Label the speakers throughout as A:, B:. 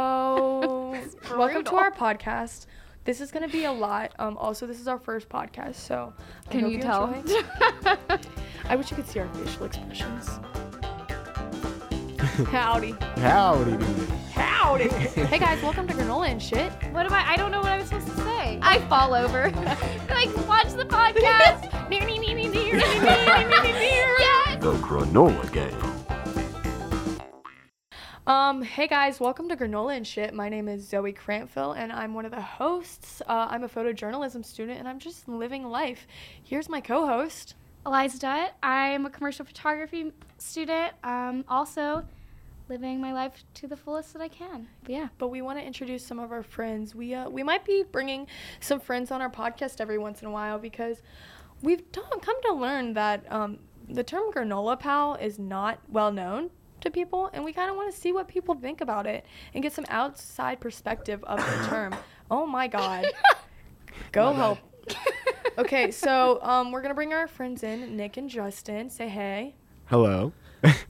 A: So,
B: It's
A: welcome to
B: brutal.
A: our podcast. This is gonna be a lot. Um, also, this is our first podcast, so I
B: Can
A: hope
B: you tell?
A: enjoy. I wish you could see our facial expressions. Howdy,
C: Howdy.
A: howdy. hey guys, welcome to Granola and Shit.
B: what am I? I don't know what I was supposed to say. I fall over. like, watch the podcast. yes.
C: The granola gang.
A: Um, hey guys, welcome to Granola and Shit. My name is Zoe Cranfill, and I'm one of the hosts. Uh, I'm a photojournalism student, and I'm just living life. Here's my co-host.
B: Eliza Dutt. I'm a commercial photography student. Um, also living my life to the fullest that I can. But yeah.
A: but we want to introduce some of our friends. We uh, we might be bringing some friends on our podcast every once in a while because we've t- come to learn that um, the term granola pal is not well known to people, and we kind of want to see what people think about it and get some outside perspective of the term. Oh my God, go help. Okay, so um, we're gonna bring our friends in, Nick and Justin. Say hey.
C: Hello.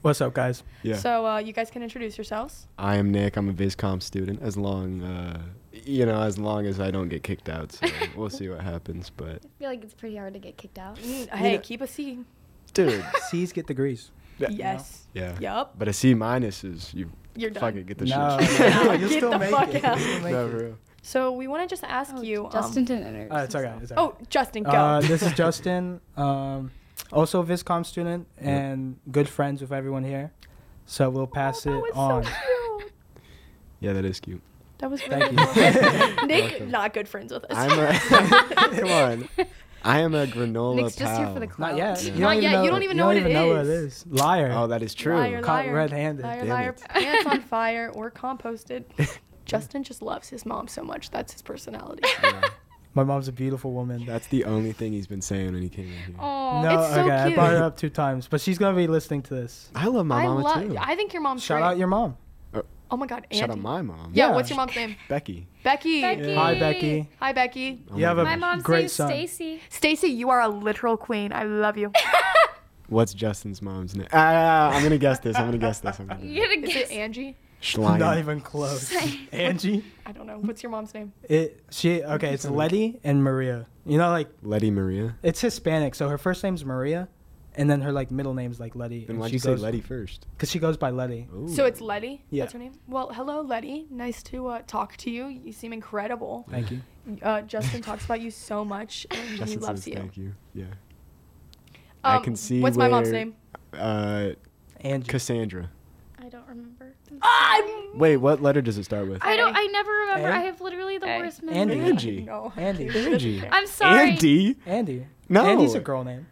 D: What's up, guys?
C: Yeah.
A: So uh, you guys can introduce yourselves.
C: I am Nick. I'm a VizCom student. As long, uh, you know, as long as I don't get kicked out, so we'll see what happens. But
B: I feel like it's pretty hard to get kicked out.
A: Mm, Hey,
C: know-
A: keep a C.
C: dude,
D: C's get degrees.
C: Yeah.
A: Yes.
C: yeah.
A: Yup.
C: But a C minus is you.
A: You're done.
C: Fucking get the
D: No,
C: shit.
D: no, no, you'll
A: Get
D: still
A: the
D: make
A: fuck
D: it.
A: out.
D: You'll still make
C: No,
D: it.
C: for real.
A: So we want to just ask you, um,
B: Oh, Justin didn't enter.
D: Uh, it's okay. It's okay.
A: Oh, Justin, go.
D: Uh, this is Justin, um, also a VisCom student and good friends with everyone here. So we'll pass
A: Oh, that
D: it
A: was so
D: on.
A: cute.
C: Yeah, that is cute.
A: That was really
D: Thank you.
A: cool. Nick,
C: Welcome.
A: not good friends with us.
C: I'm uh, a come on. I am a granola
B: Nick's
C: pal.
B: just here for the clout.
D: Not yet.
C: Yeah.
D: You don't
A: Not
D: even
A: yet.
D: Know,
A: You don't even know what it
D: know what it
A: is.
D: is. Liar.
C: oh, that is true.
A: Liar,
D: Caught
A: liar.
D: red-handed.
A: Liar,
C: Damn
A: liar.
C: it.
A: Pants on fire or composted. Justin just loves his mom so much. That's his personality.
C: Yeah.
D: My mom's a beautiful woman.
C: That's the only thing he's been saying when he came in here.
A: Oh,
D: no,
A: it's so
D: okay. I
A: cute.
D: brought her up two times, but she's gonna be listening to this.
C: I love my
A: I
C: mama
A: love.
C: too.
A: I think your mom's
D: Shout
A: great.
D: out your mom.
A: oh my God, Andy.
C: Shout out my mom.
A: yeah,
D: Yeah.
A: What's your mom's name?
C: Becky.
A: Becky.
B: Becky.
D: Hi, Becky.
A: Hi, Becky.
C: Oh
D: You have a-
B: My
C: gosh.
B: mom's
D: Great
B: name's
D: son.
B: Stacy.
A: Stacy, you are a literal queen. I love you.
C: What's Justin's mom's name? Ah, I'm gonna guess this. I'm gonna guess this. I'm gonna guess.
B: You're gonna
A: Is
B: guess.
A: it Angie?
C: Schlein.
D: Not even close. Angie.
A: I don't know. What's your mom's name?
D: It. She. Okay. It's Letty and Maria. You know, like
C: Letty Maria.
D: It's Hispanic, so her first name's Maria, and then her like middle name's like Letty.
C: Then why'd you say Letty first?
D: Because she goes by Letty.
C: Ooh.
A: So it's Letty.
D: Yeah.
A: That's her name. Well, hello, Letty. Nice to uh, talk to you. You seem incredible.
D: Thank you.
A: Uh, Justin talks about you so much, and
C: Justin
A: he loves
C: says
A: you.
C: Thank you. Yeah. I
A: Um,
C: can see
A: What's my mom's
C: where-
A: name?
C: Uh,
D: Angie.
C: Cassandra.
B: I don't remember.
A: I'm.
C: Wait, what letter does it start with?
B: Ah, I don't. I never remember.
D: Eh?
B: I have literally the
A: Eh?
B: worst memory.
D: Andy.
C: Angie.
A: No.
D: Andy.
C: Angie.
B: I'm sorry.
C: Andy.
D: Andy.
C: No.
D: Andy's a girl name.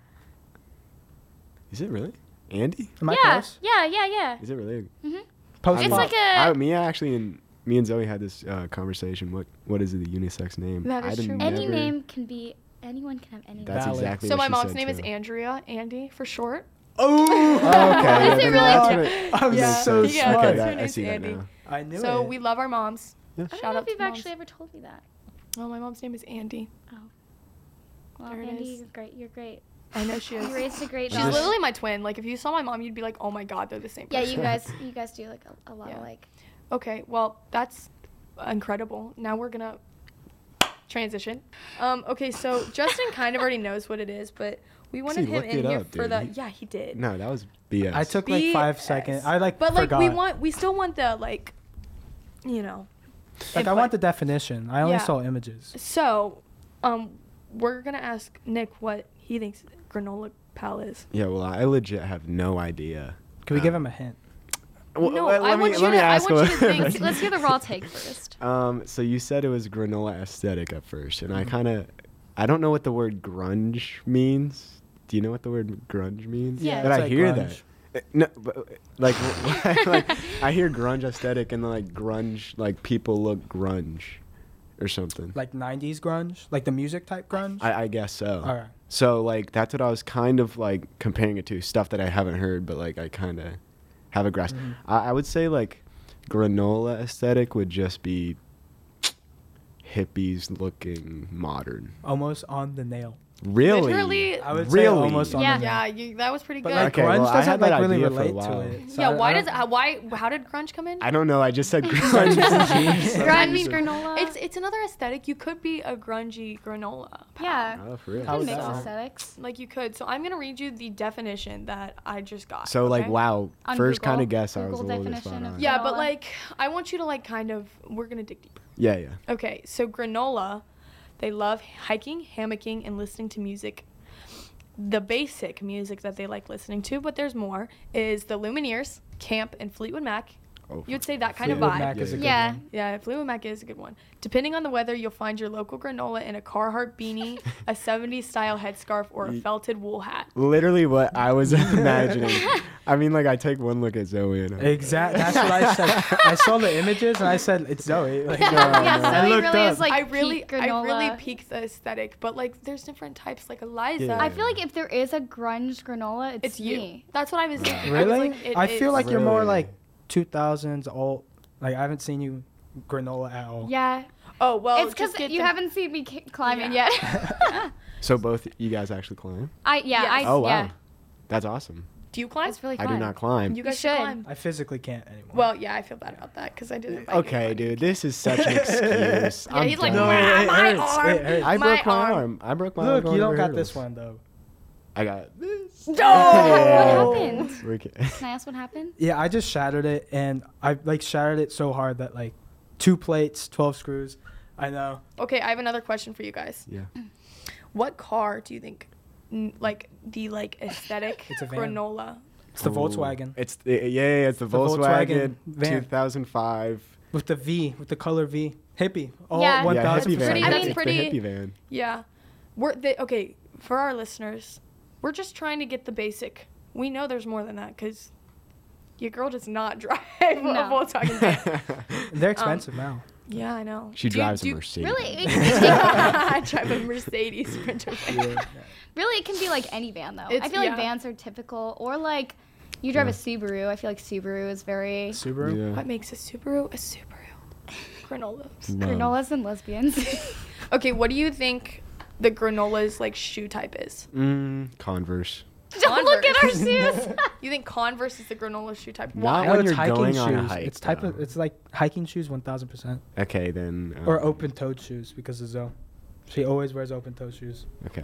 C: Is it really? Andy?
D: Am I
B: yeah,
D: close?
B: yeah, yeah, yeah. Mm-hmm.
C: Is it really?
D: Post
C: I'm-
B: It's
D: Malone.
B: like a-
C: I, me actually and me and Zoe had this uh, conversation. What what is the unisex name?
A: That is
C: I'd have
A: true.
B: Any
C: never-
B: name can be. Anyone can have any. name.
C: That's
D: Valid.
C: exactly.
A: So
C: what
A: my
C: she
A: mom's
C: said,
A: name is
C: too.
A: Andrea, Andy for short.
C: Oh, okay. yeah,
B: it
C: then
B: really?
C: that's what it-
D: I'm
A: Yeah.
D: so
A: Yeah,
C: Okay,
D: smart.
A: that's
C: that,
A: her
C: I
A: name's
C: see that
A: Andy.
C: now.
D: I knew
A: so
D: it.
A: we love our moms.
C: Yeah.
B: I don't
A: Shout
B: know
A: out
B: if you've
A: to moms.
B: actually ever told me that.
A: Well, my mom's name is Andy.
B: Wow,
A: There it
B: Andy,
A: is.
B: you're great. You're great.
A: I know she
B: You
A: is.
B: raised a great
A: She's
C: Just-
B: daughter.
A: literally my twin. Like if you saw my mom, you'd be like, "Oh my God, they're the same."
B: Yeah,
A: Person.
B: you guys, you guys do like a, a lot
A: Yeah.
B: of like.
A: Okay, well, that's incredible. Now we're gonna transition. Um, okay, so Justin kind of already knows what it is, but we wanted
C: he
A: him
C: looked
A: in
C: it
A: here
C: up,
A: for
C: dude.
A: the
C: He-
A: yeah he did.
C: No, that was BS.
D: I took like five seconds. I like
A: But like
D: forgot.
A: we want, we still want the like, you know.
D: like I
A: input.
D: want the definition. I only
A: Yeah.
D: saw images.
A: So, um, we're gonna ask Nick what he thinks granola pal is.
C: Yeah, well, I legit have no idea.
D: Can we
C: Uh,
D: give him a hint?
C: Well,
A: No,
C: well,
A: I want you to- I want you to think.
B: Let's, let's hear the raw take first.
C: Um, so you said it was granola aesthetic at first, and I kind of, I don't know what the word grunge means. Do you know what the word grunge means?
B: Yeah,
C: But
D: it's
C: I
D: like
C: hear
D: grunge.
C: that. Uh, No, but, uh, like, like, I hear grunge aesthetic, and then like grunge, like people look grunge, or something.
D: Like 90s grunge? Like the music type grunge?
C: I, I guess so.
D: All right.
C: So like that's what I was kind of like comparing it to stuff that I haven't heard, but like I kind of have a grasp. I, I would say like granola aesthetic would just be hippies looking modern.
D: Almost on the nail.
C: Really?
A: Literally.
D: I would
C: Really?
D: say almost on
B: Yeah.
D: the
A: Yeah,
D: name.
A: you, that was pretty
D: But
A: good.
D: like
C: Okay,
D: grunge
C: well, I
D: doesn't
C: had that
D: like really
C: idea for a
D: relate to
C: while.
D: it. So I-
A: yeah,
D: I
A: why
D: don't-
A: does uh, why how did grunge come in?
C: I don't know. I just said grunge.
D: Grunge
C: and
D: and
C: cheese.
D: cheese.
B: Grunge
A: mean,
B: granola.
A: It's it's another aesthetic. You could be a grungy granola.
B: yeah.
C: Oh, for real.
D: How
B: It
D: was
B: makes
D: that?
B: aesthetics.
A: Like you could. So I'm gonna read you the definition that I just got.
C: So like
A: okay?
C: wow,
B: On
C: first
B: Google.
C: kind of guess I was a
B: Google
C: little bit
B: definition
C: spot
B: of-
C: on.
A: Yeah, but
B: Granola.
A: like I want you to like kind of we're gonna dig deeper.
C: yeah, yeah.
A: Okay, so granola, they love hiking, hammocking, and listening to music. The basic music that they like listening to, but there's more, is the Lumineers, Camp, and Fleetwood Mac.
C: Oh,
A: You'd say that kind of
D: Fleetwood
A: vibe.
D: Mac is a good
B: Yeah.
D: one.
A: Yeah, Fleetwood Mac is a good one. Depending on the weather, you'll find your local granola in a Carhartt beanie, a 70s style headscarf, or a
C: Ye-
A: felted wool hat.
C: Literally what I was imagining. I mean, like I take one look at Zoe and I'm like,
D: Exactly. That's what I said. I saw the images and I said, "It's Zoe." Like, uh,
C: Yeah,
B: yeah,
C: no.
B: Zoe
C: I
B: really
D: looked
B: is
D: up.
B: like
A: I really,
B: peak
A: I
B: granola.
A: really peaked the aesthetic, but like there's different types, like Eliza.
C: Yeah.
B: I feel like if there is a grunge granola, it's,
A: it's you.
B: me.
A: That's what I was thinking. I was
D: really? I,
A: like, it
D: feel
A: is.
D: like you're more
C: Really?
D: like 2000s old. Like I haven't seen you granola at all.
B: Yeah,
A: Oh well,
B: it's
A: just
B: because
A: get
B: you
A: the-
B: haven't seen me ki- climbing
A: Yeah.
B: yet.
C: so both you guys actually climb?
B: I yeah,
A: Yes.
B: I
C: Oh wow,
B: yeah.
C: that's awesome.
A: Do you climb?
B: It's really
C: I
B: fun.
C: do not climb.
A: You guys
B: should.
A: should climb.
D: I physically can't anymore.
A: Well, yeah, I feel bad about that because I didn't. invite you to
C: Uh, Okay,
A: climb.
C: dude, this is such an excuse.
A: Yeah,
C: I'm
A: he's like,
C: done.
D: No,
A: wow,
D: it
A: my
D: hurts, it
A: arm.
D: hurts.
C: I
A: my
C: broke my arm. I broke my arm.
D: look,
C: going
D: you don't
C: over
D: got this
C: hurdles.
D: one though.
C: I got this.
A: No.
C: Yeah.
B: What happened?
C: We're ki-
B: Can I ask what happened?
D: Yeah, I just shattered it, and I like shattered it so hard that like two plates, twelve screws. I know.
A: Okay, I have another question for you guys.
C: yeah.
A: What car do you think, n- like the like aesthetic
D: It's a van.
A: granola?
D: It's the
C: Ooh.
D: Volkswagen
C: It's the, yeah, yeah, it's the,
D: The
C: Volkswagen,
D: Volkswagen van.
C: 2005.
D: with the V, with the color V, hippie. All
B: Yeah.
D: one
C: yeah,
D: thousand
C: hippie van.
A: pretty-
C: It's
A: I mean,
C: the
A: pretty-
C: hippie van.
A: Yeah, we're they, okay for our listeners. We're just trying to get the basic. We know there's more than that because your girl does not drive a
B: No.
A: Volkswagen. van.
D: They're expensive now.
A: yeah, I know.
C: she
A: Do you-
C: drives
A: do
C: a
A: you-
C: Mercedes.
B: Really?
A: I drive a Mercedes Sprinter. van.
B: Really, it can be like any van though. I
A: It's-
B: feel
A: yeah.
B: like vans are typical, or like you drive
C: Yeah.
B: a Subaru. I feel like Subaru is very
D: Subaru.
C: Yeah.
A: What makes a Subaru a Subaru? Granolas.
C: Love.
B: granolas and lesbians.
A: Okay, what do you think the granola's like shoe type is?
C: Mm, Converse.
B: Don't look at our
A: Converse.
B: shoes.
A: You think Converse is the granola shoe type?
C: No.
A: Why?
D: No,
C: When
D: it's
C: you're
D: hiking
C: going
D: shoes.
C: on a hike,
D: it's type of
C: though.
D: it's like hiking shoes, one thousand percent,
C: Okay, then.
D: or
C: um,
D: open-toed shoes because of Zoe. She always wears open-toed shoes.
C: Okay.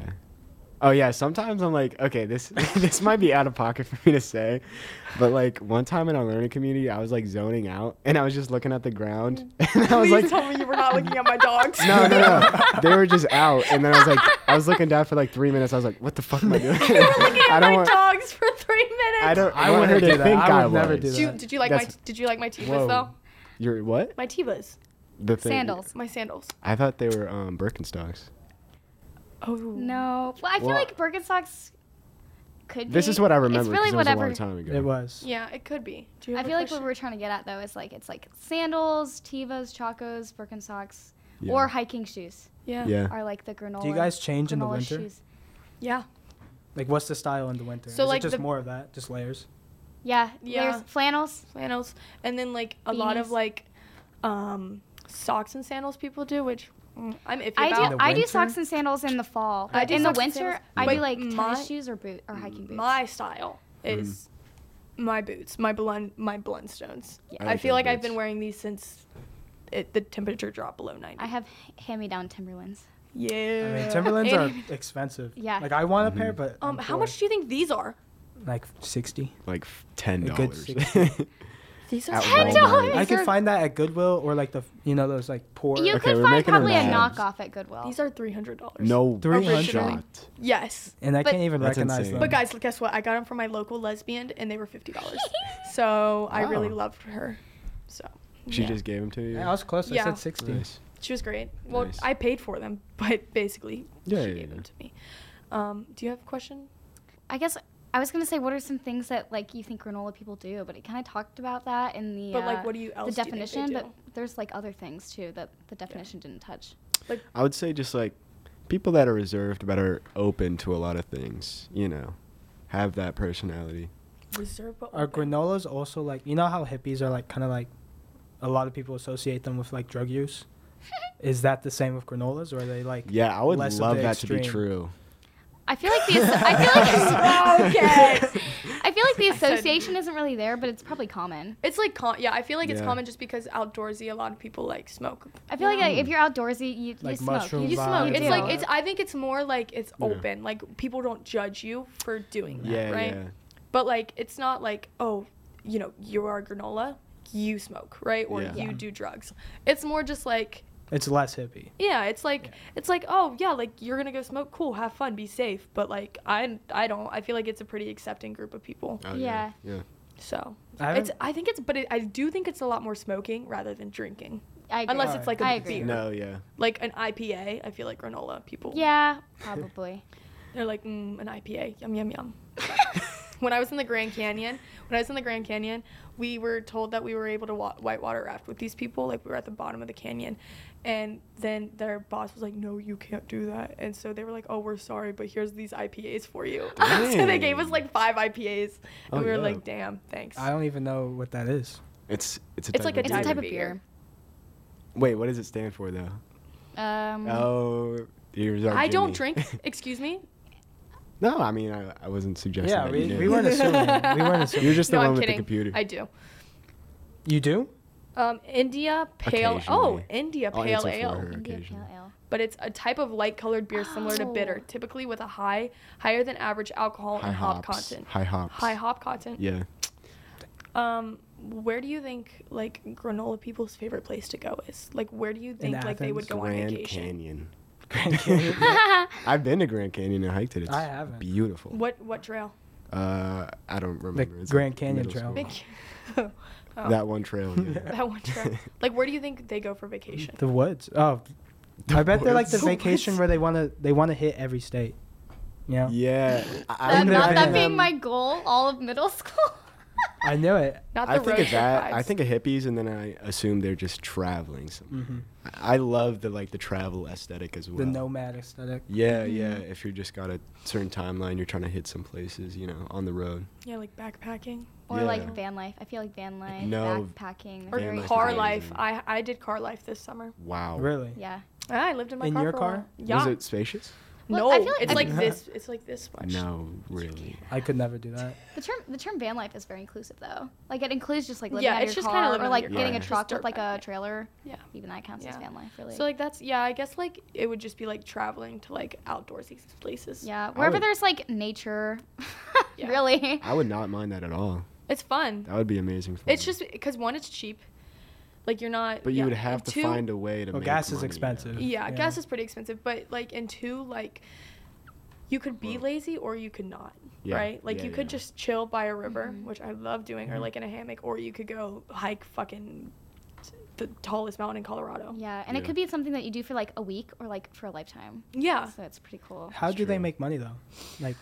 C: Oh yeah, sometimes I'm like, okay, this this might be out of pocket for me to say, but like one time in our learning community, I was like zoning out and I was just looking at the ground
B: Mm.
C: and I was
A: Please
C: like,
A: tell me you were not looking at my dogs.
C: no, no, no, they were just out and then I was like, I was looking down for like three minutes. I was like, what the fuck am I doing?
A: looking at
C: I don't
A: my
C: want,
A: dogs for three minutes.
C: I don't,
D: I
C: want her
D: wouldn't
C: to
D: do that.
C: think
D: I
C: I,
D: would never
C: was.
D: do
A: Did
D: that.
A: you, did you like my
C: That's-
A: Did you like my Tevas
D: Whoa.
A: though?
C: Your what?
A: My Tevas,
C: The thing.
B: Sandals.
A: my sandals.
C: I thought they were um, Birkenstocks.
A: Oh
B: No. Well, I feel
C: Well,
B: like Birkenstocks could.
C: This
B: be.
C: is what I
B: It's
C: remember.
B: really
C: 'cause it was
B: whatever.
C: a long time ago.
D: It was.
A: Yeah, it could be. Do you
B: I
A: have a
B: feel like what
A: question?
B: we're trying to get at though is like it's like sandals, Tevas, Chacos, Birkenstocks,
C: Yeah.
B: or hiking shoes
A: yeah.
C: Yeah.
B: are like the granola.
D: Do you guys change in the
B: granola
D: winter?
B: Shoes.
A: Yeah.
D: Like, what's the style in the winter?
A: So,
D: Is
A: like,
D: it just
A: the-
D: more of that, just layers.
B: Yeah.
A: Yeah.
B: There's flannels.
A: flannels and then like a lot of
B: Beanies.
A: like um socks and sandals people do which mm, i'm iffy
B: I
A: about
B: do.
D: In the
B: I do
D: winter?
B: socks and sandals in the fall.
A: I
B: but
A: do
B: in the
A: socks and
B: winter,
A: sandals.
B: I
A: But
B: do like
A: my-
B: tennis shoes or boot or hiking boots.
A: my style is my boots my blunt my blundstones
C: I
A: i
C: like
A: feel
C: your
A: like i've been
C: boots.
A: wearing these since it, the temperature dropped below 90
B: I have h- hand-me-down Timberlands.
A: yeah
D: I mean, Timberlands are
A: And-
D: expensive.
B: Yeah.
D: Like, I want a pair,
C: Mhm.
D: but
A: Uh, um
D: I'm
A: how
D: poor.
A: much do you think these are
D: Like sixty.
C: Like f- ten
D: A good
C: dollars.
D: six.
A: these
C: At
B: $10?
C: Walmart.
D: I can
B: They're-
D: find that at Goodwill or like the f- you know those like poor.
B: you
C: okay,
B: could
C: we're
B: find
C: making our
B: probably a
C: rounds.
B: knockoff at Goodwill.
A: these are $300
C: No
D: 300.
C: shot.
A: yes
D: and I
A: but-
D: can't even
C: That's
D: recognize
C: insane.
D: them.
A: but guys guess what i got them from my local lesbian and they were $50 so i really
C: Wow.
A: loved her so
C: She
A: yeah.
C: just gave them to you.
D: Yeah, I was close.
A: Yeah.
D: I said sixty.
C: Nice.
A: She was great. Well,
C: Nice.
A: I paid for them, but basically,
C: Yeah,
A: she
C: yeah,
A: gave
C: yeah.
A: them to me. Um, do you have a question?
B: I guess I was gonna say, what are some things that like you think granola people do? But it kind of talked about that in the
A: But, like,
B: uh,
A: what do you else do you
B: the
A: think they
B: definition?
A: do?
B: But there's like other things too that the definition didn't touch.
C: I would say just like people that are reserved but are open to a lot of things, you know, have that personality.
A: Reserve but
D: Are
A: open.
D: granolas also like you know how hippies are like kind of like a lot of people associate them with like drug use? Is that the same with granolas or are they like
C: Yeah, I would
D: less of
C: love
D: the
C: that to
D: extreme?
C: be true.
B: I feel like the asso- I feel like
A: Oh, Okay.
B: I feel like the
A: I said-
B: association isn't really there, but it's probably common.
A: It's like con- yeah, I feel like it's
C: Yeah.
A: common just because outdoorsy a lot of people like smoke.
B: I feel like, like if you're outdoorsy, you,
D: Like
B: you smoke.
D: mushroom
A: You
D: Combine
A: smoke.
B: You
A: It's
B: do.
A: like it's I think it's more like it's
C: Yeah.
A: open. Like people don't judge you for doing that,
C: yeah,
A: right?
C: yeah.
A: But like it's not like, oh, you know, you are granola, you smoke, right? Or
C: Yeah.
A: you
D: Yeah.
A: do drugs. It's more just like
D: It's less hippie.
A: yeah, it's like
D: Yeah.
A: it's like oh yeah, like you're gonna go smoke, cool, have fun, be safe. But like I I don't I feel like it's a pretty accepting group of people.
C: Oh, Yeah.
A: So
D: I haven't-
A: it's I think it's but it, I do think it's a lot more smoking rather than drinking
B: I agree.
A: unless it's like a
B: I agree.
A: beer.
C: No, yeah.
A: like an IPA. I feel like granola people.
B: Yeah, probably.
A: They're like, mm, an IPA. Yum, yum, yum. when I was in the Grand Canyon, when I was in the Grand Canyon, we were told that we were able to wa- whitewater raft with these people. Like, we were at the bottom of the canyon. And then their boss was like, no, you can't do that. And so they were like, oh, we're sorry, but here's these IPAs for you. so they gave us
C: Dang.
A: like five IPAs.
C: Oh,
A: And we were
C: yeah.
A: like, damn, thanks.
D: I don't even know what that is.
C: It's it's a
A: It's like a
B: it's a
A: Dive
B: type of
A: beer.
B: beer.
C: Wait, what does it stand for though?
B: Um,
C: Oh, here's our
A: Mm-hmm. I don't
C: Jimmy.
A: drink. Excuse me?
C: no, I mean I, I wasn't suggesting.
D: Yeah,
C: that
D: we-
C: you did.
D: we weren't assuming. We weren't assuming.
C: You're just the
A: no,
C: one
A: I'm
C: with
A: kidding.
C: the computer.
A: I do.
D: You do?
A: Um, India pale. Oh,
C: Occasionally.
A: India
C: I'll
A: pale
C: answer for
A: ale.
C: her
B: India
C: occasionally.
B: Pale Ale.
A: but it's a type of light colored beer similar to bitter,
B: Oh.
A: typically with a high, higher than average alcohol
C: High
A: and hop
C: hops.
A: content.
C: High hops.
A: High hop content.
C: Yeah.
A: Um, where do you think like granola people's favorite place to go is? Like, where do you think like they would
D: Athens?
A: go on
C: Grand
A: vacation?
C: Canyon.
D: Grand Canyon.
C: I've been to Grand Canyon and hiked it. It's
D: I haven't.
C: Beautiful.
A: What what trail?
C: Uh, I don't remember. It's
D: Grand
C: like
D: Canyon
C: middle
D: Trail.
C: school.
A: Big. oh,
C: That one trail. Yeah.
A: that one trail. like, where do you think they go for vacation?
D: The woods. Oh, I bet they're like the
A: woods.
D: vacation
A: woods.
D: where they want to they want to hit every state. You know?
C: Yeah. I,
B: That,
D: wonder
B: not
D: if
B: that
D: any-
B: being my goal all of middle school.
D: I know it.
A: Not the
C: I
A: road
C: think of
A: trip
C: that. I
A: vibes.
C: think of hippies, and then I assume they're just traveling. Somewhere.
D: hmm
C: I I love the like the travel aesthetic as well.
D: The Mm-hmm. nomad aesthetic.
C: Yeah, yeah. If you just got a certain timeline, you're trying to hit some places, you know, on the road.
A: yeah, like backpacking
B: Or
C: Yeah.
B: like van life. I feel like van life,
C: No,
B: backpacking.
A: or
C: Van
B: very
C: life is
A: car
C: amazing.
A: life. I I did car life this summer.
C: Wow.
D: Really?
B: Yeah.
A: Ah, I lived in my
D: In
A: car
D: your
A: for a while.
D: car?
A: Yeah.
C: Was it spacious?
B: Well,
A: no,
B: I feel like-
A: it's
B: I-
A: like this. It's like this much.
C: No, really.
D: I could never do that.
B: The term the term van life is very inclusive though. Like it includes just like living
A: Yeah,
B: out of
A: it's
B: your
A: just kinda
B: car
A: living out
B: or
A: of
B: like
A: your
C: car.
B: getting a
C: Right.
B: truck
A: Just
B: with like
A: dirt
B: a
A: bike.
B: trailer.
A: Yeah.
B: Even that counts as
A: Yeah.
B: van life, really.
A: So like that's yeah, I guess like it would just be like traveling to like outdoorsy places.
B: yeah, wherever
C: would-
B: there's like nature,
A: Yeah.
B: really.
C: I would not mind that at all.
A: It's fun.
C: That would be amazing. For
A: It's
C: me.
A: just because one, it's cheap. Like you're not.
C: But you
A: yeah,
C: would have
A: and
C: to
A: two- E,
C: find a way to.
D: Well,
C: make
D: gas is
C: money, yeah.
D: expensive.
A: Yeah,
D: Yeah.
A: gas is pretty expensive, but like and two, like you could be
C: Well-
A: lazy or you could not.
C: Yeah,
A: Right? Like
C: yeah,
A: you could
C: yeah.
A: just chill by a river,
B: Mhm.
A: which I love doing, or
D: Mhm.
A: like in a hammock, or you could go hike fucking t- the tallest mountain in Colorado.
B: Yeah, and
C: Yeah.
B: it could be something that you do for like a week or like for a lifetime.
A: Yeah.
B: So it's pretty cool.
D: How
C: It's
D: do they
C: true.
D: make money though? Like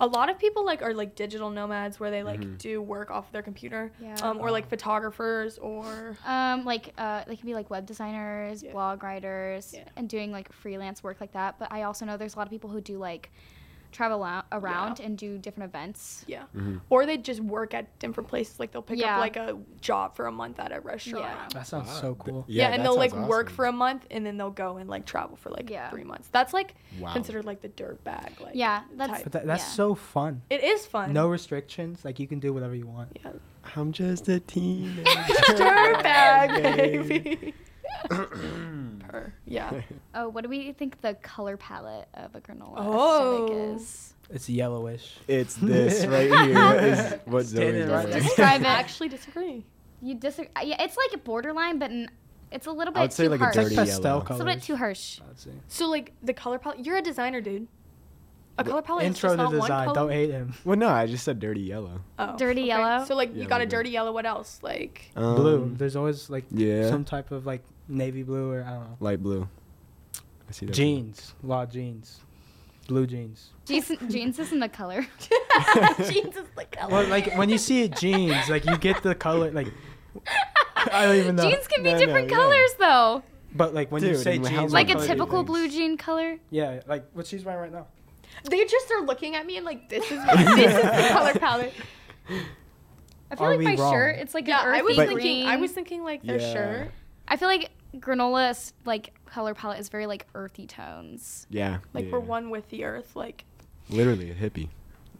A: a lot of people like are like digital nomads where they like
C: Mhm.
A: do work off their computer
B: Yeah.
A: um, or like photographers or
B: Um, like uh, they can be like web designers,
A: Yeah.
B: blog writers,
A: Yeah.
B: and doing like freelance work like that. But I also know there's a lot of people who do like travel ou- around and do different events.
A: yeah
C: Mhm.
A: or they just work at different places like they'll pick
B: Yeah.
A: up like a job for a month at a restaurant
B: Yeah.
D: that sounds
C: Wow.
D: so
C: Uh, Th-
D: cool.
A: Yeah,
C: that
A: and they'll like
C: sounds
A: work
C: awesome.
A: for a month and then they'll go and like travel for like
B: Yeah.
A: three months that's like
C: Wow.
A: considered like the dirt bag like
B: Yeah, that's-
A: type.
D: But that, that's
B: Yeah.
D: so fun.
A: it is fun
D: No restrictions. Like you can do whatever you want.
A: yeah
C: I'm just a teenager.
A: dirt bag
C: Baby.
A: baby Per. yeah
B: Oh, what do we think the color palette of a granola
A: Oh.
B: aesthetic is?
D: It's yellowish.
C: It's this right here. What is what
D: Stand
C: Zoe
D: it right
C: does.
D: next
B: to Describe it.
A: I actually disagree
B: You disagree? Yeah, it's like a borderline, but n- it's a little bit
C: I would say
B: too
C: like a
B: harsh.
D: It's
C: dirty
D: like
C: uh,
D: pastel
C: yellow.
B: It's a
D: color.
B: little bit too harsh.
D: I'd say.
A: so like the color palette you're a designer dude a color palette
D: Intro
A: is just
D: to
A: not one
D: design.
A: color.
D: Don't hate him.
C: Well, no, I just said dirty yellow.
A: Oh,
B: Dirty yellow?
A: So like
C: Yeah,
A: you got a
C: maybe.
A: dirty yellow. What else? Like
D: blue.
C: Um,
D: There's always like
C: Yeah.
D: some type of like navy blue or I don't know.
C: Light blue. I see that.
D: Jeans, law jeans, blue jeans.
B: Jeans, jeans isn't a color.
A: jeans is like color.
D: Well, like when you see it, jeans, like you get the color. Like I don't even know.
B: jeans can be
C: No, no,
B: different
C: yeah.
B: colors though.
D: But like when you
C: Dude,
D: say
C: and how much
D: jeans, what
B: Like a
D: color do you
B: typical
D: think?
B: blue jean color.
D: Yeah, like what she's wearing right now.
A: they just are looking at me and like this is this is the color palette.
B: I feel
D: Are
B: like
D: we
B: my
D: wrong?
B: shirt, it's like
A: Yeah,
B: an earthy
A: I was
B: green.
A: thinking. I was thinking like their
C: Yeah.
A: shirt.
B: I feel like granola's like color palette is very like earthy tones.
C: Yeah.
A: Like
C: yeah.
A: we're one with the earth. Like
C: Literally a hippie.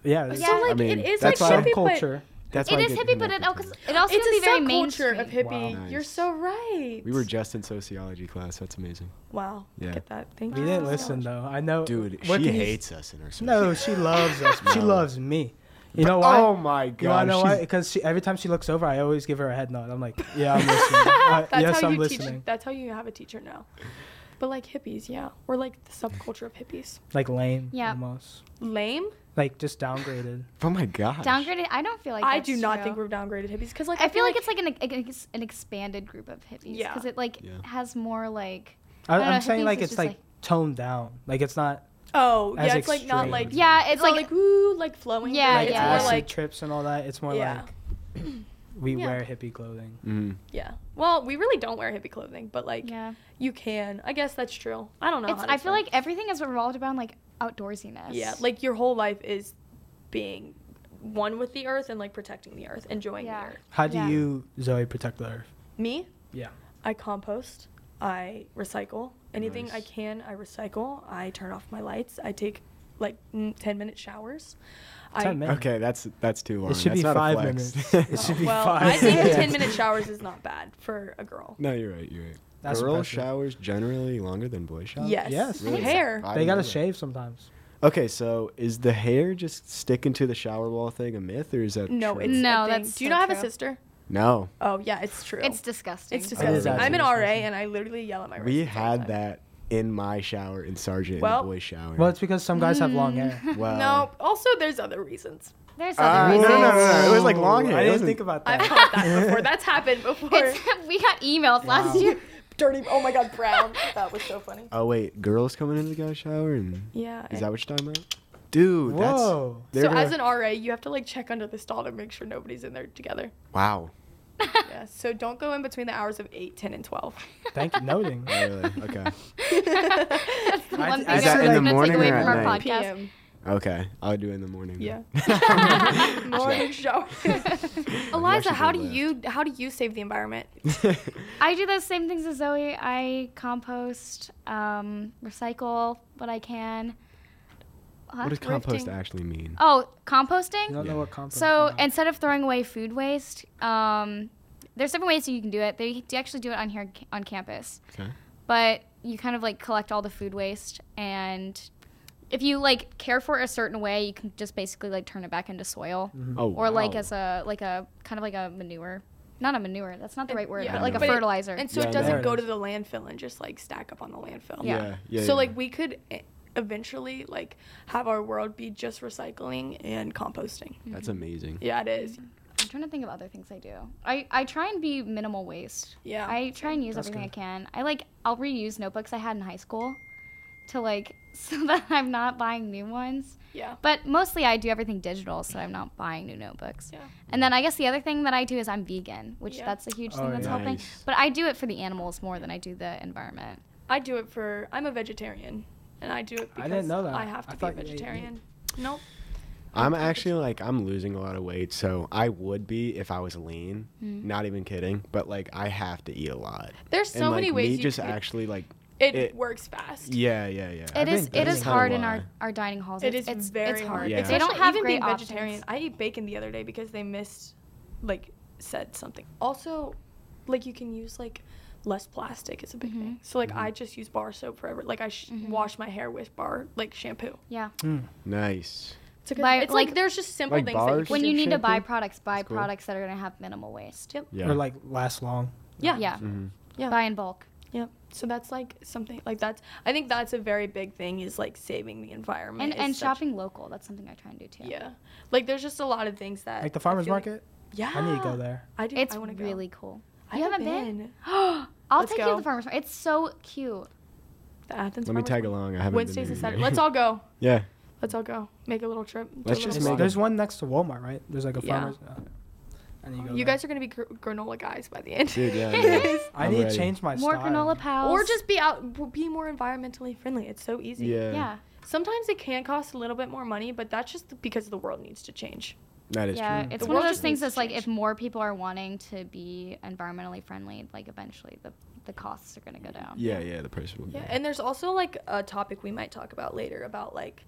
D: Yeah,
A: So
D: it's-
B: Yeah.
A: like
C: I mean,
A: it is
C: that's
A: like
C: why-
A: hippie, but
D: subculture.
C: That's
B: it
C: why I
B: is
C: get
B: hippie, but it,
C: connected
B: oh,
C: to
B: 'cause it also can be
A: it's a
B: very
A: subculture
B: mainstream.
A: of hippie.
D: Wow.
A: You're
C: Nice.
A: so right.
C: We were just in sociology class. That's amazing.
A: wow.
C: Yeah.
A: Get that. Thank
D: We
A: you.
D: didn't
A: so
D: listen
A: much.
D: though. I know.
C: Dude,
D: what
C: she
D: can you-
C: hates us in her soci-
D: No, she loves us. She
C: No.
D: loves me. You know why?
C: Oh my
D: You wanna
C: god.
D: know
C: she's-
D: why? Because she, every time she looks over, I always give her a head nod. I'm like, yeah, I'm listening. Uh,
A: That's
D: yes,
A: how
D: I'm
A: you
D: listening.
A: teach. That's how you have a teacher now. But like hippies, yeah, we're like the subculture of hippies.
D: Like lame,
B: Yeah.
D: almost.
A: Lame.
D: Like just downgraded.
C: Oh my god.
B: Downgraded. I don't feel like
A: I
B: that's
A: do not
B: true.
A: think we're downgraded hippies because like
B: I feel like it's like an an, ex- an expanded group of hippies
A: Yeah.
B: because it like
C: Yeah.
B: has more like
D: I,
B: I don't know,
D: I'm saying
B: hippies
D: like
B: is
D: it's
B: just,
D: like,
B: like-
D: toned down. Like it's not
A: oh yeah,
D: as
A: it's like not
D: extreme.
A: like it's,
B: yeah, it's,
A: like,
B: like,
A: like ooh like flowing.
B: Yeah,
A: but
D: like
A: It's
B: yeah.
A: more
D: acid
A: like
D: trips and all that. It's more
A: yeah,
D: like we
A: Yeah.
D: wear hippie clothing.
C: Mm.
A: yeah. Well, we really don't wear hippie clothing, but like
B: yeah.
A: you can. I guess that's true. I don't know.
B: It's
A: how to
B: I feel
A: explain.
B: like everything is revolved around like outdoorsiness.
A: yeah, like your whole life is being one with the earth and like protecting the earth, enjoying
B: Yeah.
A: the earth.
D: How do
B: Yeah.
D: you, Zoe, protect the earth?
A: Me,
D: Yeah.
A: I compost. I recycle. Anything I
C: Nice.
A: can, I recycle. I turn off my lights. I take like mm, 10 minute showers.
D: 10 minutes.
C: Okay, that's that's too long.
D: It should
C: That's
D: be
C: not a
D: five
C: flex.
D: minutes. It should be
A: well,
D: five.
A: I think
D: minutes.
A: 10 minute showers is not bad for a girl.
C: No, you're right. You're right.
D: That's
C: Girl
D: impressive.
C: showers generally longer than boy showers.
A: Yes.
D: yes.
A: And
C: Really?
A: Hair.
C: I
D: They
C: didn't know
D: gotta
C: that.
D: shave sometimes.
C: Okay, so is the hair just sticking to the shower wall thing a myth, or is that
A: No,
C: true?
A: it's
B: No,
A: a thing.
B: that's
A: Do you
B: so
A: not have a
B: true.
A: sister?
C: no.
A: Oh, yeah, it's true.
B: it's disgusting.
A: It's
C: really?
A: disgusting. I'm an
D: That's
A: RA
D: disgusting.
A: and I literally yell at my
C: We
A: residents all the
C: had
A: time.
C: that in my shower in Sergeant
A: Well-
C: in the boy shower.
D: Well, it's because some guys have long hair.
C: Wow.
A: No, also, there's other reasons.
B: There's
C: Uh,
B: other
C: no, no,
B: reasons.
C: no, no, no, it was like long
D: Ooh,
C: hair, it
D: I didn't
C: wasn't-
D: think about that.
A: I've had that before. That's happened before.
B: It's, we got emails last
D: Wow.
B: year.
A: Dirty, oh my God, brown. That was so funny.
C: Oh wait, girls coming into the guy's shower and
A: Yeah.
C: is that what you're talking about? Dude, that's
D: Whoa.
C: they're
A: so
C: gonna-
A: as an RA, you have to like check under the stall to make sure nobody's in there together.
C: wow.
A: yeah. So don't go in between the hours of 8, 10, and 12.
D: Thank you. Noting.
C: Oh, really? Okay.
B: That's the
D: I-
B: one thing
D: is that
B: I'm
D: in the
B: gonna
C: morning
B: take away
C: or
B: from our
C: at night?
B: podcast.
C: Okay. I'll do it in the morning.
A: Yeah.
C: Morning
A: Morning shower. Eliza,
C: actually
A: how do
C: been
A: you how do you save the environment?
B: I do those same things as Zoe. I compost, um, recycle what I can. Huh?
C: what does compost
A: Thrifting.
C: actually
A: Uh,
C: mean?
B: oh,
D: You
B: composting?
D: don't
C: Yeah.
D: know what compost.
B: So instead of throwing away food waste, um, there's different ways that you can do it. They do actually do it on here on campus,
C: Okay.
B: but you kind of like collect all the food waste, and if you like care for it a certain way, you can just basically like turn it back into soil,
C: Oh.
B: or like
C: wow.
B: as a like a kind of like a manure, not a manure. That's not the right word,
A: yeah,
B: but like a
A: but it-
B: fertilizer.
A: And so
C: Yeah,
A: it
D: there
A: doesn't
D: it
A: go
D: is.
A: to the landfill and just like stack up on the landfill.
B: Yeah.
C: Yeah. yeah
A: so
C: yeah.
A: like we could e- eventually like have our world be just recycling and composting.
C: that's amazing.
A: Yeah, it is.
B: I'm trying to think of other things I do. I, I try and be minimal waste.
A: Yeah.
B: I try and use
D: That's
B: everything
D: good.
B: I can. I like I'll reuse notebooks I had in high school to like so that I'm not buying new ones.
A: Yeah.
B: But mostly I do everything digital so I'm not buying new notebooks.
A: Yeah.
B: And then I guess the other thing that I do is I'm vegan, which
A: Yeah.
B: that's a huge
D: Oh,
B: thing that's
D: yeah.
B: helping.
C: Nice.
B: But I do it for the animals more than I do the environment.
A: I do it for I'm a vegetarian and I do it
D: I
A: because I,
D: didn't know that.
A: have to
D: I
A: be a
D: thought you ate meat.
A: vegetarian. Nope.
C: I'm actually like I'm losing a lot of weight, so I would be if I was lean. Not even kidding, but like I have to eat a lot.
A: There's Hmm. so
C: and like
A: many ways
C: meat
A: you
C: just
A: could-
C: actually like
A: it,
C: it-
A: works fast.
C: yeah, yeah,
B: It
C: yeah.
B: is it
D: think that's
B: is
C: kinda
B: hard in
C: why.
B: our, our dining halls.
A: It
B: it's,
A: is
B: it's,
A: very
B: it's hard.
C: Yeah.
A: It's
B: They don't
A: actually-
B: have
A: even
B: great
A: being
B: options.
A: vegetarian. I ate bacon the other day because they missed, like, said something. Also, like you can use like less plastic is a big
B: Mm-hmm.
A: thing. So like
D: Mm-hmm.
A: I just use bar soap forever. Like I sh- wash my hair with bar like shampoo.
B: Yeah.
C: Nice.
A: It's, a good,
B: By-
A: it's like,
B: like-
A: there's just simple
C: Like
A: things that you
C: bars?
A: can
B: When
A: do.
B: you need to buy
C: shampoo?
B: products, buy
C: That's cool.
B: products that are going to have minimal waste.
A: Yep.
C: Yeah. Mm-hmm.
D: Or like last long.
A: yeah.
B: Yeah.
A: Yeah.
B: Buy in bulk.
A: Yep. So that's like something like that's. I think that's a very big thing is like saving the environment
B: And, and
A: is such-
B: shopping local. That's something I try and do too.
A: Yeah. Like there's just a lot of things that
D: Like the
A: I
D: farmer's
A: feel like-
D: market.
A: yeah.
D: I need to go there.
A: I do.
B: It's
A: I want to
B: really cool.
A: Go.
B: You
A: I
B: haven't been? I'll
A: Let's
B: take you
A: go.
B: to the farmer's market. It's so cute.
A: The Athens.
C: Let me
A: farmer's
C: tag
A: market.
C: along. I haven't.
A: Wednesdays
C: been
A: and
C: there
A: Saturdays.
C: either.
A: Let's all go.
C: yeah.
A: Let's all go. Make a little trip. do a
C: Let's
A: little
C: just
D: There's,
C: make
A: walk.
C: it-
D: there's one next to Walmart, right? There's like a
A: Yeah.
D: farmer's. Uh, I need to go
A: You
D: there.
A: guys are gonna be gr- granola guys by the end.
C: Dude, yeah, yeah.
D: I
C: I'm
D: need
C: ready.
D: to change my
B: More
D: style.
B: granola pals.
A: or just be out, w- be more environmentally friendly. It's so easy.
C: Yeah.
B: yeah.
A: Sometimes it can cost a little bit more money, but that's just because the world needs to change.
C: That is
B: yeah,
C: true.
B: it's
A: The
B: one of
A: world
B: those
A: just needs
B: things
A: to
B: that's like
A: change.
B: if more people are wanting to be environmentally friendly, like eventually the the costs are gonna go down.
C: yeah, yeah, the price will. go
A: Yeah,
C: up.
A: and there's also like a topic we might talk about later about like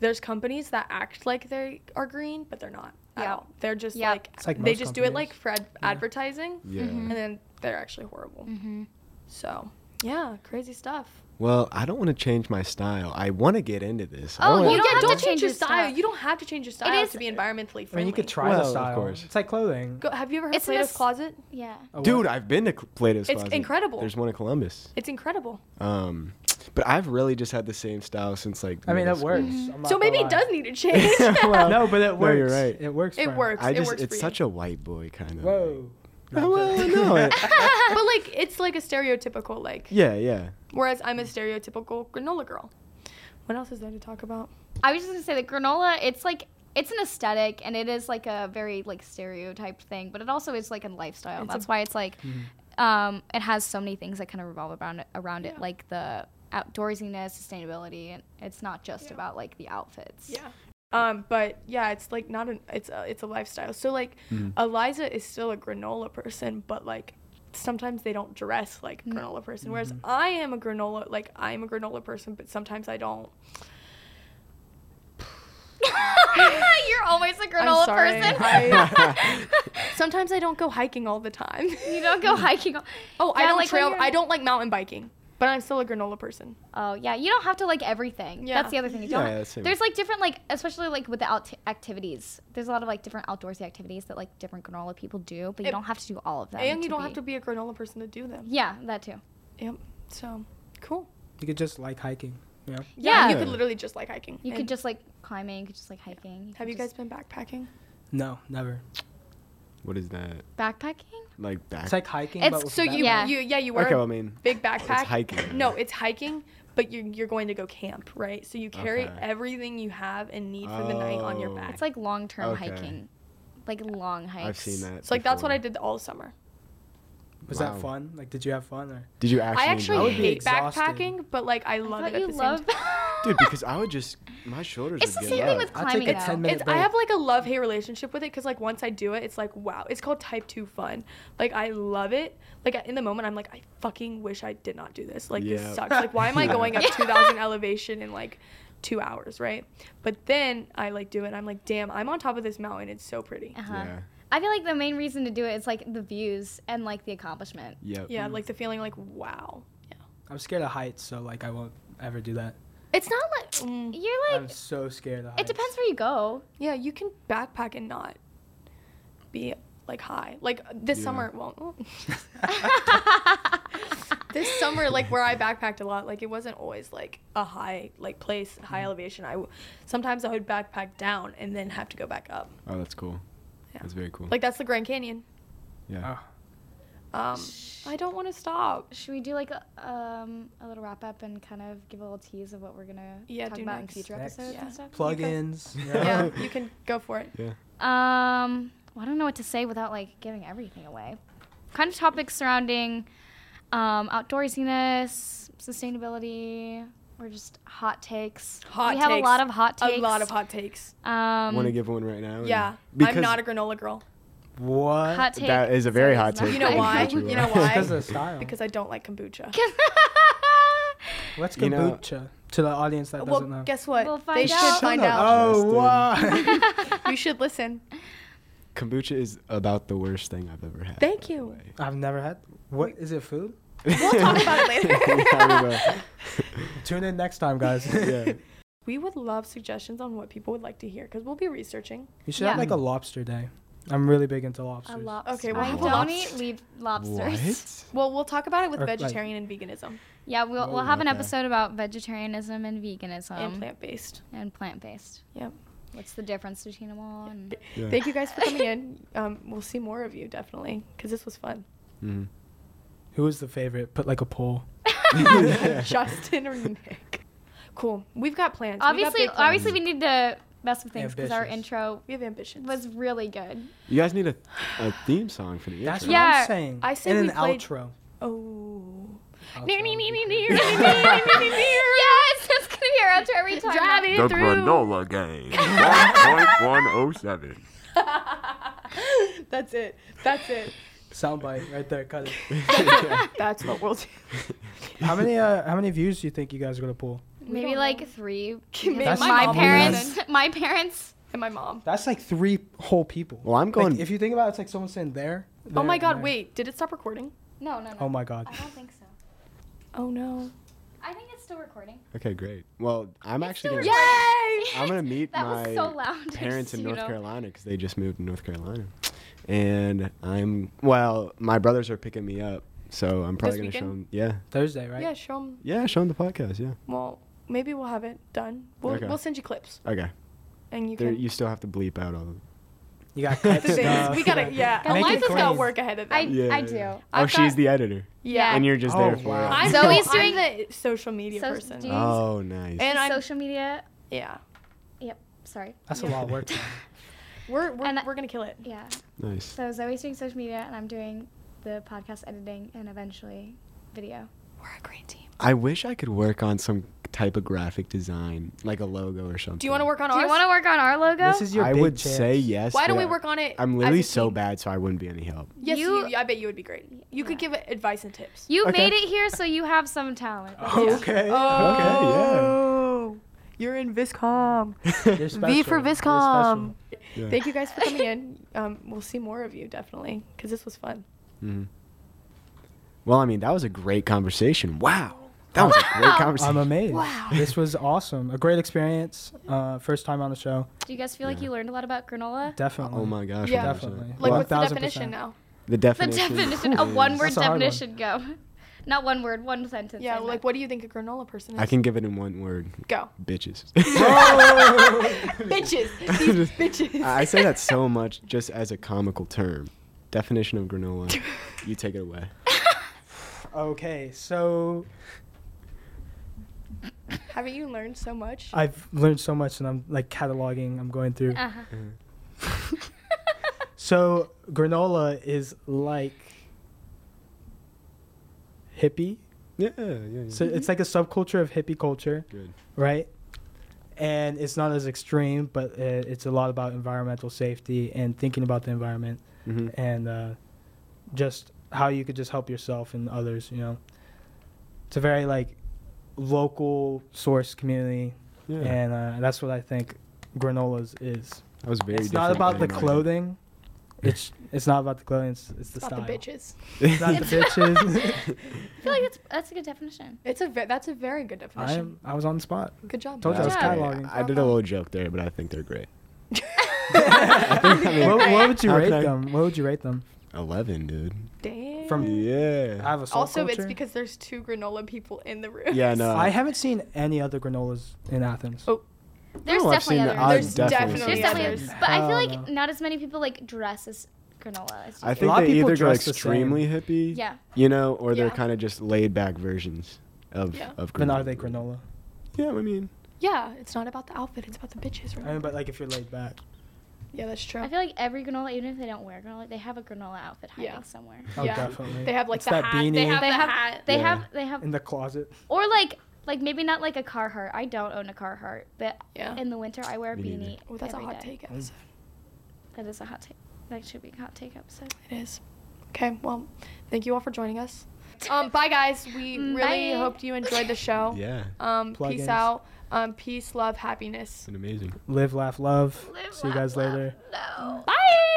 A: there's companies that act like they are green, but they're not. at
B: Yeah.
A: all. They're just
B: Yeah.
A: like,
D: It's like
A: they
D: most
A: just do it
D: companies.
A: like for ad-
D: Yeah.
A: advertising,
C: Yeah.
B: Mhm.
A: and then they're actually horrible.
B: Mm-hmm.
A: So yeah, crazy stuff.
C: Well, I don't want to change my style. I want to get into this. I
B: Oh,
C: wanna-
B: you don't
A: yeah,
B: have to
A: don't
B: change
A: change your
B: your
A: style.
B: style.
A: You don't have to change your style
B: is-
A: to be environmentally friendly.
D: I mean, you could try
C: Well,
D: the
C: of
D: style.
C: course.
D: It's like clothing.
A: Go, have you ever heard
B: It's
A: of
B: in a
A: Plato's
B: s-
A: Closet?
B: Yeah.
D: A what?
C: Dude, I've been to Cl- Plato's
A: It's
C: Closet.
A: incredible.
C: There's one in Columbus.
A: It's incredible.
C: Um, but I've really just had the same style since like.
D: I mean,
C: middle
D: it
C: school.
D: works. I'm not
A: Mm-hmm. So
D: gonna
A: maybe
D: lie.
A: it does need to change.
C: Well,
D: No, but it
C: No,
D: works.
C: you're right.
D: It works.
A: It
D: for him.
A: works.
C: I
A: it
C: just
A: works
C: it's
A: for
C: such
A: you.
C: a white boy kind of.
D: Whoa.
C: Like,
D: No, I'm
C: well,
D: joking.
C: no. it-
A: but like it's like a stereotypical like.
C: yeah, yeah.
A: Whereas I'm a stereotypical granola girl. What else is there to talk about?
B: I was just gonna say that granola, it's like it's an aesthetic and it is like a very like stereotyped thing, but it also is like a lifestyle.
A: It's a-
B: That's why it's like um, it has so many things that kind of revolve around it, around it,
A: Yeah.
B: like the outdoorsiness, sustainability, and it's not just
A: Yeah.
B: about like the outfits.
A: Yeah. Um, but yeah, it's like not an it's a it's a lifestyle. So like Eliza is still a granola person, but like sometimes they don't dress like a
B: Mm.
A: granola person. Whereas I am a granola like I'm a granola person, but sometimes I don't.
B: You're always a granola
A: sorry.
B: person.
C: I-
A: Sometimes I don't go hiking all the time.
B: you don't go hiking. all-
A: oh, I
B: Yeah,
A: don't
B: like when
A: trail.
B: you're-
A: I don't like mountain biking, but I'm still a granola person.
B: Oh yeah, you don't have to like everything.
A: Yeah.
B: That's the other thing. You
C: Yeah,
B: don't.
C: that's it.
B: There's like different like, especially like with the out- activities. There's a lot of like different outdoorsy activities that like different granola people do, but you
A: It-
B: don't have to do all of them.
A: And you don't
B: be-
A: have to be a granola person to do them.
B: Yeah, that too.
A: Yep. So cool.
D: You could just like hiking. Yeah.
A: Yeah, you
C: Yeah.
A: could literally just like hiking.
B: You
A: And
B: could just like climbing. You could just like hiking.
A: Have
B: could
A: you guys
B: just-
A: been backpacking?
D: No, never.
C: What is that?
B: backpacking?
C: Like back.
D: It's like hiking.
B: It's-
D: but with
A: So you,
B: Yeah.
A: you yeah you were
C: okay, well, I mean.
A: big backpack.
C: hiking.
A: No, it's hiking, but you're you're going to go camp, right? So you carry
C: Okay.
A: everything you have and need for the night on your
C: Oh.
A: back.
B: It's like long term
C: Okay.
B: hiking, like long hikes.
C: I've seen that.
A: so like that's what
C: before.
A: I did all summer.
D: Was
C: Wow.
D: that fun? Like, did you have fun? Or?
C: Did you actually?
A: I actually
C: enjoy
D: would
C: it?
D: be
A: hate
D: exhausted.
A: backpacking, but like I
B: I
A: love
B: thought
A: it at
B: you
A: the
B: love.
A: same time.
C: Dude, because I would just my shoulders.
B: It's
C: would
B: the
C: get
B: same thing
C: up.
B: with
D: I'll take
B: climbing.
D: a 10
B: though.
D: minute
A: It's I have like a love hate relationship with it because like once I do it, it's like wow, it's called type two fun. Like I love it. Like in the moment, I'm like I fucking wish I did not do this. Like
C: Yeah.
A: this sucks. Like why am I
C: Yeah.
A: going up
B: Yeah.
A: 2,000 elevation in like two hours, right? But then I like do it. and I'm like damn, I'm on top of this mountain. It's so pretty.
B: Uh-huh.
C: Yeah.
B: I feel like the main reason to do it is like the views and like the accomplishment.
C: Yep.
A: Yeah,
D: Mm.
A: like the feeling like wow.
D: I'm scared of heights, so like I won't ever do that.
B: It's not like
A: Mm.
B: you're
D: I'm
B: like.
D: so scared of heights.
B: It depends where you go.
A: Yeah, you can backpack and not be like high. Like this
C: Yeah.
A: summer, well, this summer, like where I backpacked a lot, like it wasn't always like a high like place,
D: Mm.
A: high elevation. I w- sometimes I would backpack down and then have to go back up.
C: Oh, that's cool.
A: Yeah.
C: That's very cool.
A: Like that's the Grand Canyon.
C: yeah.
D: Oh.
A: Um, I don't want to stop.
B: Should we do like a, um, a little wrap up and kind of give a little tease of what we're gonna
A: Yeah,
B: talk
A: do
B: about
A: next.
B: in future
D: Next.
B: episodes
A: Yeah.
B: and stuff?
D: Plugins. you know?
A: Yeah, you can go for it.
C: Yeah.
B: Um, well, I don't know what to say without like giving everything away. Kind of topics surrounding um, outdoorsiness, sustainability, or just hot takes.
A: Hot
B: we have a
A: takes.
B: lot of hot takes.
A: A lot of hot takes.
B: Um,
C: Want to give one right now?
A: Yeah,
C: Because
A: I'm not a granola
D: Oh.
A: girl.
D: What?
B: hot take.
C: That is a very
B: Sorry,
C: hot
B: it's not
C: take.
A: You know
B: hot.
A: why?
C: Sure.
A: You know
D: Because of
A: why?
D: the style.
A: Because I don't like kombucha.
D: What's
C: You know-
D: kombucha to the audience that
A: Well,
D: doesn't know?
A: guess what?
B: We'll
A: they
B: find
A: should
B: out.
A: find
C: Shut up.
A: out.
D: Oh,
C: Justin.
D: what?
A: you should listen.
C: kombucha is about the worst thing I've ever had.
A: Thank you.
D: I've never had. What is it? Food?
A: We'll talk about it later.
D: Tune in next time, guys.
C: yeah.
A: We would love suggestions on what people would like to hear because we'll be researching.
D: You should
B: Yeah.
D: have like a lobster day. I'm really big into
B: A
D: lobsters.
B: lobster.
A: Okay, we'll
B: I
A: have a
B: don't
A: lobster.
B: eat lead lobsters.
A: Well, we'll talk about it with
D: Or, like-
A: vegetarian and veganism
B: Yeah, we'll, we'll
C: Oh,
B: have an
C: okay.
B: episode about vegetarianism and veganism
A: and plant based.
B: and plant-based.
A: Yep.
B: What's the difference between them all? And
C: Yeah.
A: Thank you guys for coming in. Um, we'll see more of you definitely because this was fun.
C: Mhm.
D: Who is the favorite? Put like a poll.
A: Justin or Nick. Cool. We've got plans.
B: obviously,
A: we, got big plans.
B: obviously, we need to mess with things because our
D: Ambitious.
B: intro
A: we have ambitions.
B: was really good.
C: You guys need a, a theme song for the
D: That's
C: intro.
D: what
B: Yeah.
D: I'm saying.
A: I say
D: and
A: we
D: an
A: played-
D: outro.
A: oh,
D: Outro
B: yes,
D: would be cool.
B: it's gonna be our outro every time.
A: driving
E: The
A: through.
C: oh
E: Granola Gang 1.107.
A: That's it. That's it.
D: Soundbite right there. Cut it.
A: That's what we'll do.
D: How many uh, how many views do you think you guys are gonna pull?
A: We
B: Maybe
A: don't
B: like
A: know.
B: three.
A: Maybe
B: because
D: my
B: my
D: mom
B: parents. My parents.
A: And my mom.
D: That's like three whole people.
C: Well, I'm
D: Like,
C: going.
D: if you think about it, it's like someone saying there.
A: oh
D: there,
A: my
D: and
A: god,
D: there.
A: wait. Uh-huh. Did it stop recording?
B: No, no, no.
D: Oh my god.
B: I don't think so.
A: Oh no.
B: I think it's still recording.
C: okay, great. Well, I'm actually
B: still
C: gonna.
B: recording.
A: Yay!
C: I'm gonna meet
B: That
C: my
B: was so loud.
C: parents
B: just,
C: in
B: you
C: North
B: know.
C: Carolina because they just moved to North Carolina, and I'm well. My brothers are picking me up, so I'm probably gonna
A: This
C: show them. Yeah,
D: Thursday, right?
A: Yeah, show 'em.
C: yeah, show them the podcast. Yeah,
A: Well, maybe we'll have it done. We'll,
C: Okay.
A: we'll send you clips,
C: okay.
A: and you
C: There,
A: can.
C: you still have to bleep out all of them.
D: You got
A: the days.
D: stuff.
A: we gotta. Yeah,
B: Make it
A: Eliza's got
D: clean.
A: work ahead of them.
B: I, I
C: Yeah.
B: do.
C: oh,
A: I've
C: she's
A: got-
C: the editor,
A: yeah.
C: and you're just
D: Oh,
C: there for
D: wow.
C: it.
A: I'm
B: Zoe's
A: the- I'm
B: doing-
A: the social media
B: So-
A: person.
B: do you-
C: Oh, nice.
A: and I'm
B: social media.
A: yeah.
B: Sorry.
D: That's a lot of work.
A: We're we're,
B: And I-
A: we're gonna kill it.
B: Yeah.
C: nice.
B: So Zoe's doing social media, and I'm doing the podcast editing, and eventually video.
A: We're a great team.
C: I wish I could work on some type of graphic design, like a logo or something.
A: Do you want to work on
B: Do
A: ours?
B: you want to work on our logo?
D: this is your
C: I
D: big
C: would
D: chance.
C: say yes.
A: Why don't
C: but
A: we
C: I-
A: work on it? as
C: I'm
A: a
C: literally so
A: team?
C: bad, so I wouldn't be any help.
A: Yes,
B: You-
A: you, I bet you would be great. You could
B: Yeah.
A: give advice and tips.
B: you
D: Okay.
B: made it here, so you have some talent. That's it.
D: Okay.
A: Oh, you're in Viscom.
D: You're
A: V for
D: special. You're
A: Viscom.
C: Yeah.
A: Thank you guys for coming in. Um, we'll see more of you definitely because this was fun.
C: Mhm. Well, I mean, that was a great conversation. Wow. That was a great
B: Wow.
D: special. I'm
C: conversation.
D: amazed.
A: Wow.
D: This was awesome. A great experience. Uh, first time on the show.
B: Do you guys feel like
C: Yeah.
B: you learned a lot about granola?
D: Definitely.
C: oh my gosh.
A: Yeah.
C: 100%.
D: Definitely.
A: Like,
D: Well,
A: what's the
D: 1000%.
A: definition now?
C: The
B: The
C: definition.
B: definition, a
C: is-
B: one word
D: That's a hard one.
B: definition. Go, not one word, one sentence.
A: Yeah,
B: I meant.
A: like what do you think a granola person is?
C: I can give it in one word.
A: go.
C: Bitches.
A: bitches, these bitches.
C: I I say that so much just as a comical term. Definition of granola. You take it away.
D: Okay, so
A: Haven't you learned so much?
D: I've learned so much, and I'm like cataloging. I'm going through.
B: Uh-huh.
D: So granola is like hippie.
C: Yeah, yeah, yeah.
D: So it's like a subculture of hippie culture,
C: Good.
D: right? And it's not as extreme, but uh, it's a lot about environmental safety and thinking about the environment
C: hmm
D: and uh, just how you could just help yourself and others. You know, it's a very like local source community,
C: Yeah.
D: and uh, that's what I think granolas is.
C: That was very
D: it's not
C: different
D: about the
C: than mine.
D: clothing. It's it's not about the clothing. It's, it's the
A: It's not
D: style.
A: the bitches.
D: It's not the bitches.
B: I feel like that's that's a good definition.
A: It's a ve- that's a very good
D: I
A: definition.
D: am. I was on the spot.
A: Good job.
D: Told you I was
B: Yeah.
D: cataloging.
C: I did a little joke there, but I think they're great.
D: what, what would you
C: How
D: rate
C: can I-
D: them? What would you rate them?
C: Eleven, dude.
A: Damn.
D: From- I
C: Yeah.
D: have a soul
A: also,
D: culture.
A: it's because there's two granola people in the room.
C: Yeah, no.
D: I haven't seen any other granolas in Athens.
A: Oh.
B: There's
C: Oh, I've
B: definitely
C: seen
B: other.
C: the- I've
B: There's,
A: There's definitely others.
C: seen
B: definitely,
C: others.
B: but I feel
D: Hell
B: like
D: no.
B: not as many people like dress as granola. As
C: I
B: you do.
C: think
D: lot of
C: they
D: people
C: either go
D: dress the
C: extremely hippie,
B: Yeah.
C: you know, or they're
A: Yeah.
C: kind of just laid back versions of
A: Yeah.
C: of granola.
D: But are they granola?
C: Yeah, I mean,
A: Yeah, it's not about the outfit. It's about the bitches.
D: I mean,
A: Remember?
D: but like if you're laid back.
A: yeah, that's true.
B: I feel like every granola, even if they don't wear granola, they have a granola outfit hiding
A: Yeah.
B: somewhere.
D: Oh,
A: Yeah.
D: definitely.
A: they have like
D: It's
A: the
D: that
A: hat. They
D: beanie.
A: have
B: They
A: the
B: have-
A: hat.
B: They
C: Yeah.
B: have they have
D: in the closet.
B: or like like maybe not like a Carhartt. I don't own a Carhartt, but
A: Yeah.
B: in the winter I wear a
C: Me neither.
B: beanie.
A: Oh, that's a
B: every
A: hot
B: day.
A: take episode.
B: That is a hot take. That should be a hot take episode.
A: It is. Okay. Well, thank you all for joining us. Um, bye guys. We really
B: Bye.
A: hoped you enjoyed the show.
C: yeah,
A: Um,
D: Plugins.
A: peace out. Um, peace, love, happiness.
C: it's been amazing.
D: Live, laugh, love.
B: Live,
D: See you guys
B: laugh,
D: later.
B: laugh. No.
A: Bye.